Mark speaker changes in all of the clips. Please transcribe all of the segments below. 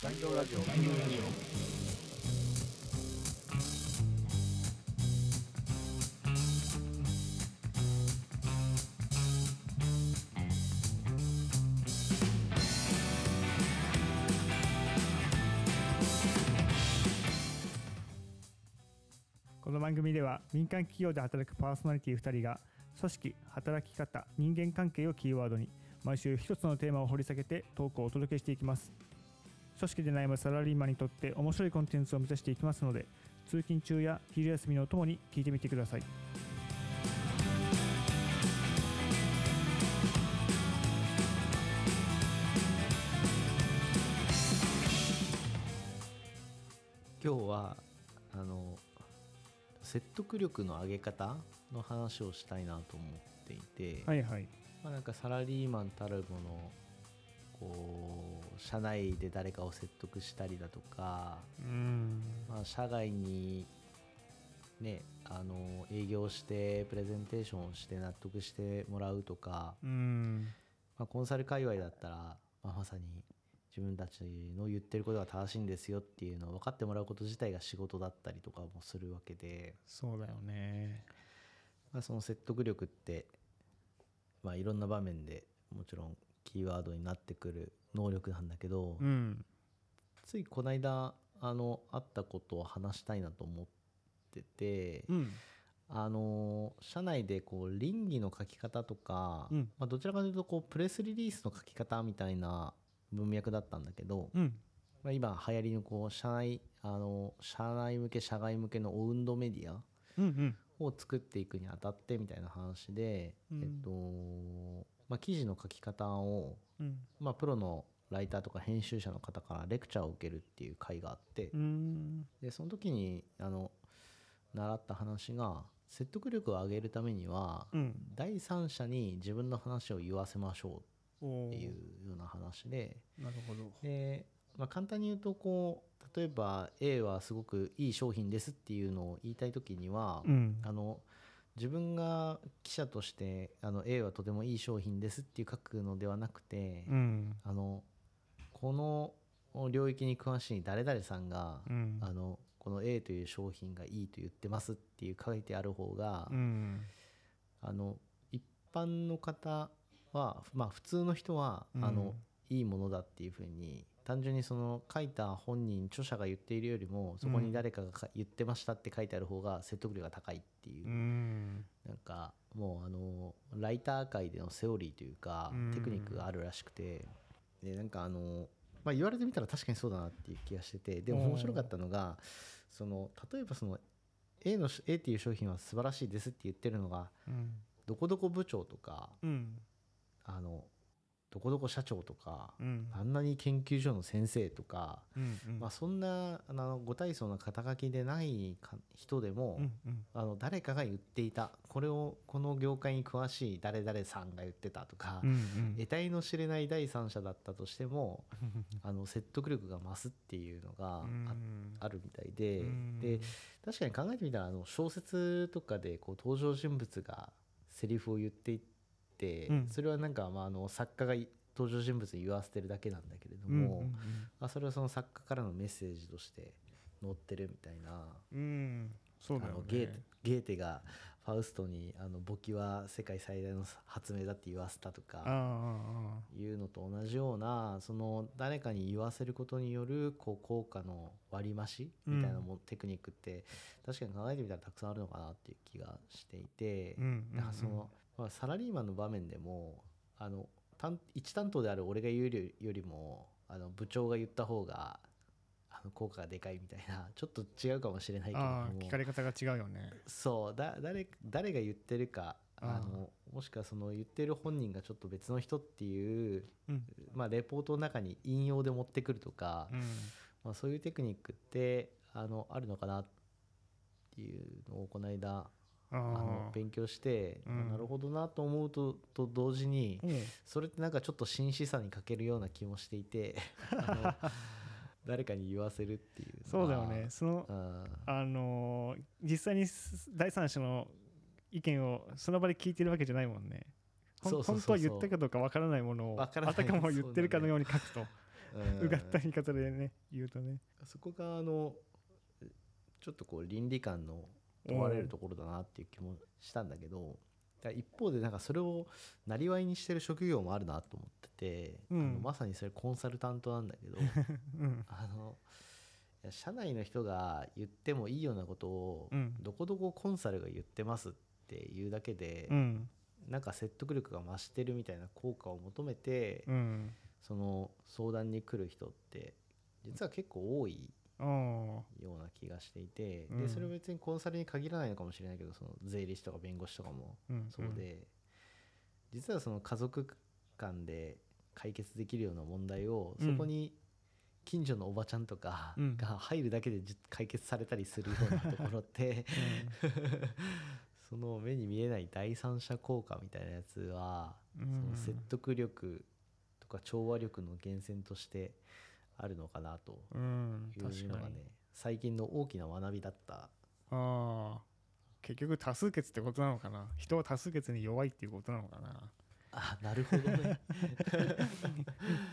Speaker 1: 残業ラジオ
Speaker 2: この番組では民間企業で働くパーソナリティ2人が組織働き方人間関係をキーワードに毎週一つのテーマを掘り下げてトークをお届けしていきます組織で悩むサラリーマンにとって面白いコンテンツを目指していきますので通勤中や昼休みのお供に聞いてみてください
Speaker 3: 今日はあの説得力の上げ方の話をしたいなと思っていて、
Speaker 2: はいはい
Speaker 3: まあ、なんかサラリーマンたるものこう社内で誰かを説得したりだとか、
Speaker 2: うん
Speaker 3: まあ、社外に、ね、あの営業してプレゼンテーションをして納得してもらうとか、
Speaker 2: うん
Speaker 3: まあ、コンサル界隈だったら、まあまさに自分たちの言ってることが正しいんですよっていうのを分かってもらうこと自体が仕事だったりとかもするわけで、
Speaker 2: そうだよね
Speaker 3: まあ、その説得力って、まあ、いろんな場面でもちろんキーワードになってくる能力なんだけど、
Speaker 2: うん
Speaker 3: ついこの間あのあったことを話したいなと思ってて、
Speaker 2: ん
Speaker 3: あの社内でこう倫理の書き方とか、
Speaker 2: うん
Speaker 3: まあ、どちらかというとこうプレスリリースの書き方みたいな文脈だったんだけど、
Speaker 2: うん
Speaker 3: まあ、今流行りのこう社内あの社内向け社外向けのオウンドメディア
Speaker 2: うんうん
Speaker 3: を作っていくにあたってみたいな話で、
Speaker 2: うん
Speaker 3: えっとまあ、記事の書き方を、
Speaker 2: うん
Speaker 3: まあ、プロのライターとか編集者の方からレクチャーを受けるっていう会があって、
Speaker 2: うん
Speaker 3: でその時にあの習った話が説得力を上げるためには、
Speaker 2: うん
Speaker 3: 第三者に自分の話を言わせましょう
Speaker 2: お
Speaker 3: ってい
Speaker 2: ー
Speaker 3: うような話で
Speaker 2: なるほど
Speaker 3: で、まあ、簡単に言うとこう例えば A はすごくいい商品ですっていうのを言いたい時には、
Speaker 2: うん
Speaker 3: あの自分が記者としてあの A はとてもいい商品ですっていう書くのではなくて、
Speaker 2: うん
Speaker 3: あのこの領域に詳しい誰々さんが、
Speaker 2: うん
Speaker 3: あのこの A という商品がいいと言ってますっていう書いてある方が、
Speaker 2: うん
Speaker 3: あの一般の方は、まあ、普通の人は、
Speaker 2: うん
Speaker 3: あのいいものだっていうふうに単純にその書いた本人著者が言っているよりもそこに誰かがか言ってましたって書いてある方が説得力が高いっていう、
Speaker 2: うん
Speaker 3: なんかもうあのライター界でのセオリーというか、
Speaker 2: うん
Speaker 3: テクニックがあるらしくてでなんかあの、まあ、言われてみたら確かにそうだなっていう気がしててでも
Speaker 2: うん
Speaker 3: 面白かったのがその例えばその A, の A っていう商品は素晴らしいですって言ってるのが
Speaker 2: うん
Speaker 3: どこどこ部長とか
Speaker 2: うん
Speaker 3: あのどこどこ社長とか、
Speaker 2: うん
Speaker 3: あんなに研究所の先生とか、
Speaker 2: うんうん
Speaker 3: まあ、そんなあのご大層な肩書きでないか人でも、
Speaker 2: うんうん
Speaker 3: あの誰かが言っていたこれをこの業界に詳しい誰々さんが言ってたとか、
Speaker 2: うんうん
Speaker 3: 得体の知れない第三者だったとして もあの説得力が増すっていうのがあ,、
Speaker 2: うん
Speaker 3: あるみたいで
Speaker 2: うん
Speaker 3: で確かに考えてみたらあの小説とかでこう登場人物がセリフを言っていっ
Speaker 2: う
Speaker 3: て、
Speaker 2: ん
Speaker 3: それはなんか、まあ、あの作家がい登場人物に言わせてるだけなんだけれど
Speaker 2: うん
Speaker 3: も、
Speaker 2: うん
Speaker 3: まあ、それはその作家からのメッセージとして載ってるみたいな。
Speaker 2: うんそうだ
Speaker 3: あ
Speaker 2: よ
Speaker 3: の
Speaker 2: ね
Speaker 3: ゲーテゲーテがファウストにあの簿記は世界最大の発明だって言わせたと
Speaker 2: ああ
Speaker 3: か
Speaker 2: ああ
Speaker 3: いうのと同じようなその誰かに言わせることによるこう効果の割り増しみたいなも、テクニックって確かに考えてみたらたくさんあるのかなっていう気がしていて、
Speaker 2: うんうんうん
Speaker 3: だからその、まあ、サラリーマンの場面でもあの担一担当である俺が言うよりよりもあの部長が言った方があの効果がでかいみたいなちょっと違うかもしれないけれど
Speaker 2: ああ
Speaker 3: も。
Speaker 2: 聞かれ方が違うよね
Speaker 3: そうだ誰誰が言ってるかあ
Speaker 2: あー
Speaker 3: のもしくはその言ってる本人がちょっと別の人っていう、
Speaker 2: うん
Speaker 3: まあ、レポートの中に引用で持ってくるとか、
Speaker 2: うん
Speaker 3: まあ、そういうテクニックってあのあるのかなっていうのをこの間
Speaker 2: あ
Speaker 3: あの
Speaker 2: あ
Speaker 3: 勉強して、
Speaker 2: うん
Speaker 3: なるほどなと思うとと同時に、
Speaker 2: うん
Speaker 3: それってなんかちょっと紳士さに欠けるような気もしてい てあの誰かに言わせるっていうのは
Speaker 2: そうだよねその
Speaker 3: うん
Speaker 2: あのー実際にす第三者の意見をその場で聞いてるわけじゃないもんね。ほん
Speaker 3: そうそう
Speaker 2: 本
Speaker 3: そ
Speaker 2: 当
Speaker 3: うそう
Speaker 2: は言ったかどうかわからないものを
Speaker 3: わからない
Speaker 2: あたかも言ってるかのように書くと
Speaker 3: うん
Speaker 2: うがった言い方でね言うとね
Speaker 3: そこがあのちょっとこう倫理観の問われるところだなっていう気もしたんだけどだから一方でなんかそれをなりわいにしてる職業もあるなと思ってて、
Speaker 2: うん
Speaker 3: あのまさにそれコンサルタントなんだけ ど
Speaker 2: うん
Speaker 3: あのいや社内の人が言ってもいいようなことを、
Speaker 2: うん
Speaker 3: どこどこコンサルが言ってますっていうだけで、
Speaker 2: うん
Speaker 3: なんか説得力が増してるみたいな効果を求めて、
Speaker 2: うん
Speaker 3: その相談に来る人って実は結構多い
Speaker 2: お
Speaker 3: ような気がしていて、
Speaker 2: うん
Speaker 3: でそれは別にコンサルに限らないのかもしれないけどその税理士とか弁護士とかも
Speaker 2: ーうん
Speaker 3: そうで、実はその家族間で解決できるような問題を
Speaker 2: うん
Speaker 3: そこに近所のおばちゃんとか
Speaker 2: うん
Speaker 3: が入るだけでじ解決されたりするようなところ って、その目に見えない第三者効果みたいなやつは、
Speaker 2: うん
Speaker 3: その説得力とか調和力の源泉としてあるのかなと
Speaker 2: うん、
Speaker 3: いう
Speaker 2: 確
Speaker 3: の
Speaker 2: か
Speaker 3: が
Speaker 2: に
Speaker 3: ね最近の大きな学びだった
Speaker 2: ああ結局多数決ってことなのかな人は多数決に弱いっていうことなのかな
Speaker 3: あなるほどね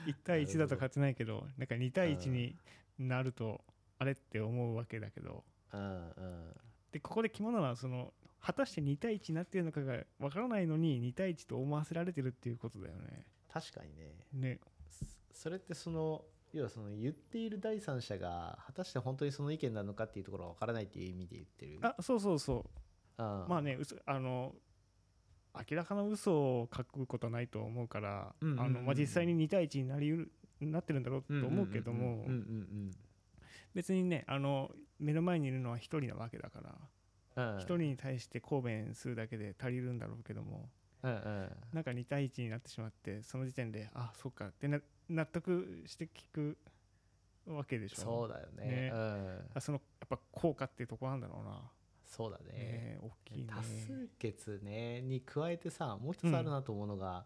Speaker 2: 1対1だと
Speaker 3: なるほど
Speaker 2: 勝てないけどなんか2対1になるとあれって思うわけだけど
Speaker 3: うんうん
Speaker 2: でここで肝なのはその果たして2対1になってるのかがわからないのに2対1と思わせられてるっていうことだよね。
Speaker 3: 確かにね
Speaker 2: ね
Speaker 3: そそれってその要はその言っている第三者が果たして本当にその意見なのかっていうところがわからないっていう意味で言ってる
Speaker 2: あそうそうそう
Speaker 3: あ
Speaker 2: まあねうそあの明らかな嘘を書くことはないと思うからあ
Speaker 3: うんうんうんうん
Speaker 2: のまあ実際に2対1になりうるなってるんだろうと思うけども
Speaker 3: うんうん
Speaker 2: 別にねあの目の前にいるのは1人なわけだから
Speaker 3: うんうん
Speaker 2: 1人に対して抗弁するだけで足りるんだろうけども
Speaker 3: うんうん
Speaker 2: なんか2対1になってしまってその時点であそっかってな納得して聞くわけでしょ
Speaker 3: そうだよね
Speaker 2: ね
Speaker 3: うん
Speaker 2: あそのやっぱ効果っていうとこなんだろうな、
Speaker 3: そうだね
Speaker 2: ね大きいね
Speaker 3: 多数決ねに加えてさもう一つあるなと思うのが、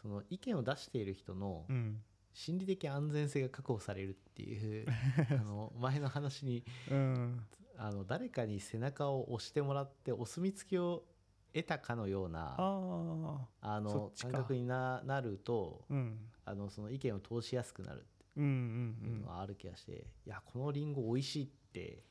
Speaker 3: その意見を出している人の
Speaker 2: うん
Speaker 3: 心理的安全性が確保されるっ ていうあの前の話に
Speaker 2: うん
Speaker 3: あの誰かに背中を押してもらってお墨付きを得たかのよう
Speaker 2: あ
Speaker 3: な
Speaker 2: あ
Speaker 3: あ
Speaker 2: そっ
Speaker 3: の
Speaker 2: ちか
Speaker 3: 感覚にななると
Speaker 2: うん
Speaker 3: あのその意見を通しやすくなるっ
Speaker 2: うんう
Speaker 3: ていうんのはある気がして、いやこのリンゴ美味しいって、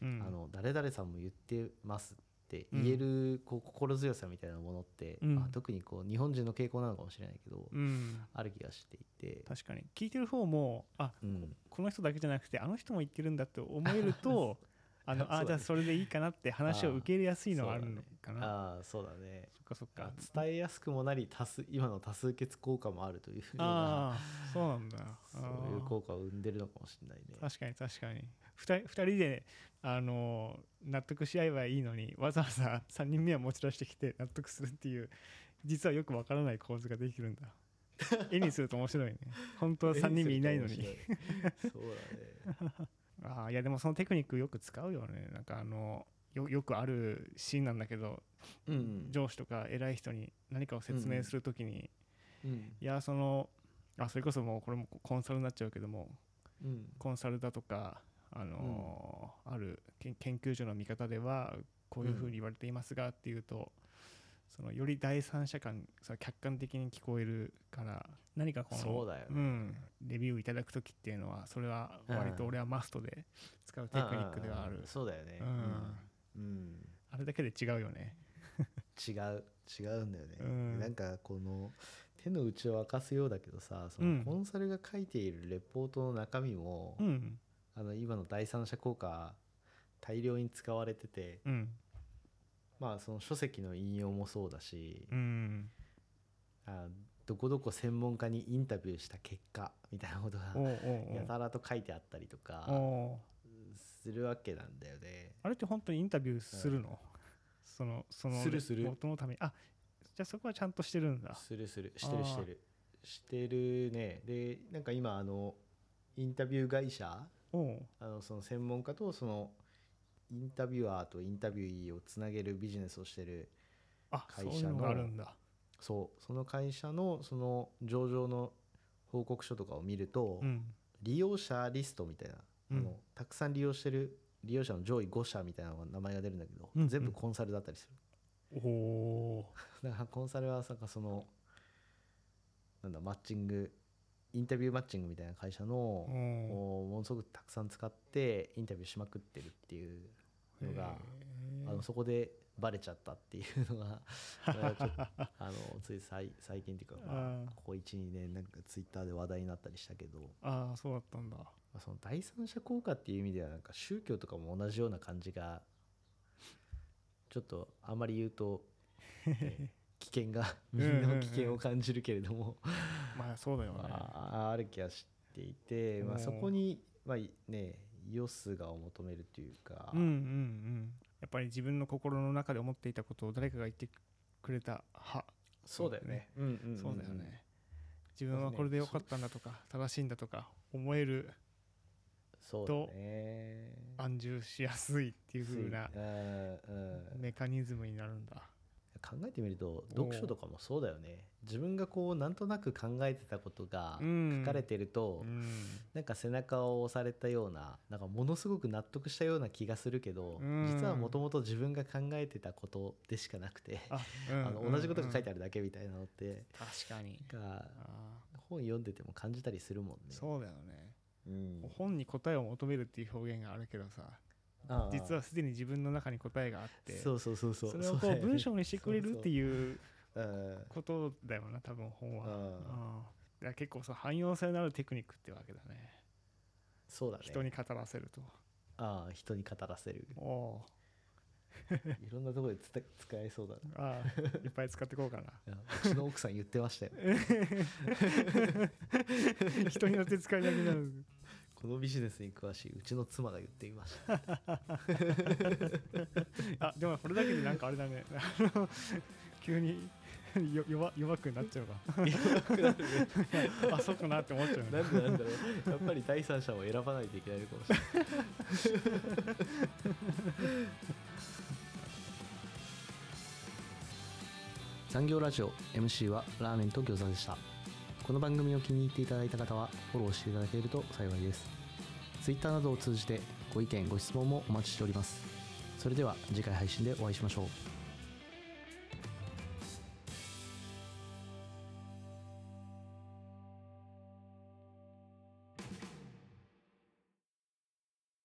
Speaker 2: うんうん
Speaker 3: あの誰々さんも言ってますって言えるこう心強さみたいなものって、
Speaker 2: うん
Speaker 3: まあ、特にこう日本人の傾向なのかもしれないけど、
Speaker 2: うん
Speaker 3: ある気がしていて、
Speaker 2: 確かに聞いてる方もあ
Speaker 3: うん、
Speaker 2: この人だけじゃなくてあの人も言ってるんだって思える とあのあ
Speaker 3: そうだね
Speaker 2: じゃあそれでいいかなって話を受け入れやすいのはあ
Speaker 3: あー
Speaker 2: るのかな
Speaker 3: ああそうだね
Speaker 2: そっかそっ
Speaker 3: あ
Speaker 2: か
Speaker 3: 伝えやすくもなり多数今の多数決効果もあるというような
Speaker 2: ああそうなんだ
Speaker 3: そ
Speaker 2: あ
Speaker 3: ういう
Speaker 2: ー
Speaker 3: 効果を生んでるのかもしれないね。
Speaker 2: 確かに確かに2人二人であのー納得し合えばいいのにわざわざ3人 目は持ち出してきて納得するっていう実はよくわからない構図ができるんだ絵にすると面白 いね本当は3人目いないのに。
Speaker 3: そうだね。
Speaker 2: ああいやでもそのテクニックよく使うよねなんかあのよよくあるシーンなんだけど、
Speaker 3: うん。
Speaker 2: 上司とか偉い人に何かを説明するときに、
Speaker 3: うん。
Speaker 2: いやそのあそれこそもうこれもコンサルになっちゃうけども
Speaker 3: うん。
Speaker 2: コンサルだとか、あのーある研研究所の見方ではこういうふうに言われていますがっていうと、そのより第三者間その客観的に聞こえるから何かこの
Speaker 3: そうだよね
Speaker 2: ん、レビューいただく時っていうのはそれは割と
Speaker 3: うん
Speaker 2: 俺はマストで使うテクニックではある、
Speaker 3: そうだよね。うん。うん
Speaker 2: あれだけで違うよね。
Speaker 3: 違う。違うんだよね。
Speaker 2: うん
Speaker 3: なんかこの手の内を明かすようだけどさ、そ
Speaker 2: うん
Speaker 3: のコンサルが書いているレポートの中身も、
Speaker 2: うん
Speaker 3: あの今の第三者効果大量に使われてて、
Speaker 2: うん
Speaker 3: まあその書籍の引用もそうだし、
Speaker 2: うん、
Speaker 3: あどこどこ専門家にインタビューした結果みたいなことが
Speaker 2: おうおう
Speaker 3: やたらと書いてあったりとか
Speaker 2: おうおう
Speaker 3: するわけなんだよね。
Speaker 2: あれって本当にインタビューするの、そのその
Speaker 3: するする
Speaker 2: 音のためにあじゃあそこはちゃんとしてるんだ
Speaker 3: するするして
Speaker 2: あー
Speaker 3: るしてるしてるね。でなんか今あのインタビュー会社
Speaker 2: おう
Speaker 3: あのその専門家とそのインタビュアーとインタビュイーをつなげるビジネスをしてる
Speaker 2: あ
Speaker 3: 会
Speaker 2: そうい
Speaker 3: 社
Speaker 2: うの
Speaker 3: の
Speaker 2: があるんだ
Speaker 3: そうその会社のその上場の報告書とかを見ると、
Speaker 2: うん
Speaker 3: 利用者リストみたいな、あ
Speaker 2: うん
Speaker 3: のたくさん利用してる利用者の上位5社みたいなのが名前が出るんだけど、
Speaker 2: うんうん
Speaker 3: 全部コンサルだったりす
Speaker 2: お
Speaker 3: る。
Speaker 2: お
Speaker 3: だからコンサルはなんかそのなんだマッチングインタビューマッチングみたいな会社の、
Speaker 2: うん
Speaker 3: もうものすごくたくさん使ってインタビューしまくってるっていうのが、あのそこでバレちゃったっていう のがこれはちょっとあのつい最最近っていうか、ま
Speaker 2: うん
Speaker 3: あ、ここ12年なんかツイッターで話題になったりしたけど、
Speaker 2: ああそうだったんだ
Speaker 3: まあ、その第三者効果っていう意味ではなんか宗教とかも同じような感じがちょっとあんまり言 うと、ね危険がみんなも危険を感じるけれども
Speaker 2: まあそうだよね
Speaker 3: まあ、ある気はしていて、まあ、
Speaker 2: うん
Speaker 3: そこに、まあいね、よすがを求めるというか、
Speaker 2: うんうんうんやっぱり自分の心の中で思っていたことを誰かが言ってくれたは
Speaker 3: そうだよね。うんうんうんうん
Speaker 2: そうだよね、自分はこれで良かったんだとか正しいんだとか思える
Speaker 3: そうだね。
Speaker 2: 安住しやすいっていう風な
Speaker 3: うんうん
Speaker 2: メカニズムになるんだ
Speaker 3: 考えてみると読書とかもそうだよね。自分がこうなんとなく考えてたことが
Speaker 2: うん
Speaker 3: 書かれてると、
Speaker 2: うん
Speaker 3: なんか背中を押されたようななんかものすごく納得したような気がするけど、
Speaker 2: うん
Speaker 3: 実はもともと自分が考えてたことでしかなくて、
Speaker 2: あ、うん
Speaker 3: あの同じことが書い
Speaker 2: あ
Speaker 3: てあるだけみたいなのって、
Speaker 2: る確かに
Speaker 3: なんか
Speaker 2: あ
Speaker 3: 本読んでても感じたりするもん
Speaker 2: ー
Speaker 3: ね。
Speaker 2: そうだよね
Speaker 3: うん
Speaker 2: 本に答えを求めるっていう表現があるけどさ
Speaker 3: ああ
Speaker 2: 実はすでに自分の中に答えがあって
Speaker 3: そうそうそうそう
Speaker 2: それをこう文章にしてくれるって
Speaker 3: う
Speaker 2: いう
Speaker 3: だよね
Speaker 2: ことだよな多分本は、
Speaker 3: うん
Speaker 2: うんだから結構そう汎用性のあるテクニックってわけだね
Speaker 3: そうだね
Speaker 2: 人に語らせると
Speaker 3: ああ人に語らせる
Speaker 2: おお
Speaker 3: いろんなところでつた使えそうだな
Speaker 2: ーあーいっぱい使ってこうかない
Speaker 3: やうちの奥さん言ってましたよ
Speaker 2: 人によって使いたくなる
Speaker 3: このビジネスに詳しいうちの妻が言っていました
Speaker 2: あでもこれだけでなんかあれだね あの急によ弱弱くなっちゃうか あそうかなって思っちゃうね
Speaker 3: なんでなんだろうやっぱり第三者を選ばないといけないのかもしれない 残業ラジオ MC はラーメンと餃子でしたこの番組を気に入っていただいた方はフォローしていただけると幸いです Twitter などを通じてご意見ご質問もお待ちしておりますそれでは次回配信でお会いしましょう